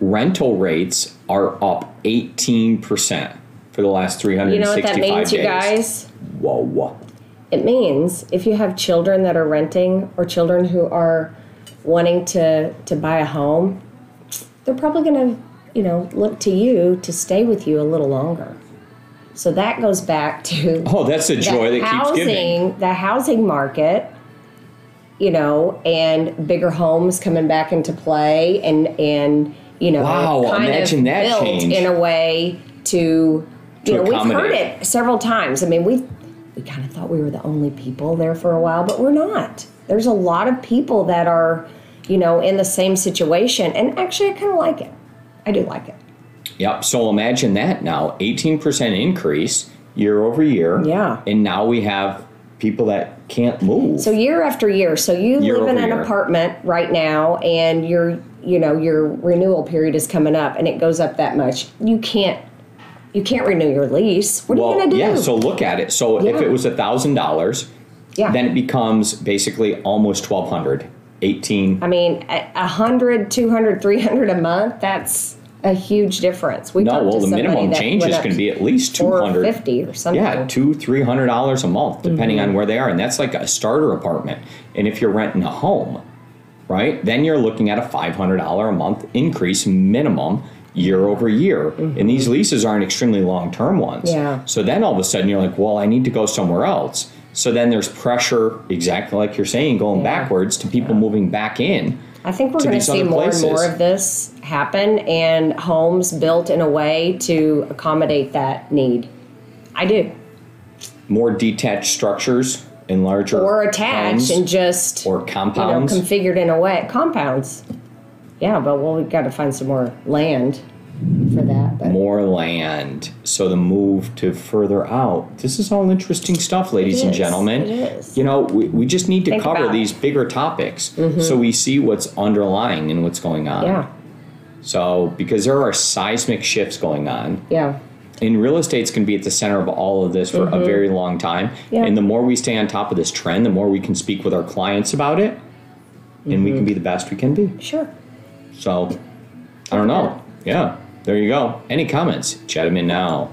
rental rates are up 18% for the last 365 You know what that means, you days. guys? Whoa. It means if you have children that are renting or children who are wanting to, to buy a home, they're probably going to, you know, look to you to stay with you a little longer. So that goes back to Oh, that's a joy that keeps giving. the housing market, you know, and bigger homes coming back into play, and and you know, Wow, kind of imagine that built change. in a way to, To you know, we've heard accommodate. it several times. I mean, we we kind of thought we were the only people there for a while, but we're not. There's a lot of people that are, you know, in the same situation, and actually, I kind of like it. I do like it. Yep. So imagine that now 18% increase year over year. Yeah. And now we have people that can't move. So year after year. So you Year live in over an year. apartment right now and your you know, your renewal period is coming up and it goes up that much. You can't you can't renew your lease. What are you well, gonna do? yeah. So look at it. So if Yeah. it was a thousand dollars, Yeah. then it becomes basically almost 1200 18 I mean, a a hundred, two hundred, three hundred a month, that's a huge difference. We no talked well to the somebody minimum that change went is up going to be at least 200 450 or something. yeah two three hundred dollars a month depending Mm-hmm. on where they are and that's like a starter apartment and if you're renting a home right then you're looking at a $500 a month increase minimum year over year and these leases aren't extremely long term ones Mm-hmm. Yeah. so then all of a sudden you're like well i need to go somewhere else so then there's pressure exactly like you're saying going Yeah. backwards to people moving back in I think we're to going to these see other more and more places. of this happen and homes built in a way to accommodate that need. I do. more detached structures and larger or attached homes and just or you know, compounds configured in a way compounds. Yeah, but well, we've got to find some more land for that. But more land. So the move to further out. This is all interesting stuff, ladies and is, gentlemen. it is. You know, we, we just need to Think cover about it. Mm-hmm. these bigger topics so we see what's underlying and what's going on. yeah, So because there are seismic shifts going on. yeah, And real estate's gonna be at the center of all of this for a very long time. Mm-hmm. Yeah. And the more we stay on top of this trend, the more we can speak with our clients about it. And Mm-hmm. we can be the best we can be. sure. So, I don't know. Yeah, there you go. Any comments? Chat them in now.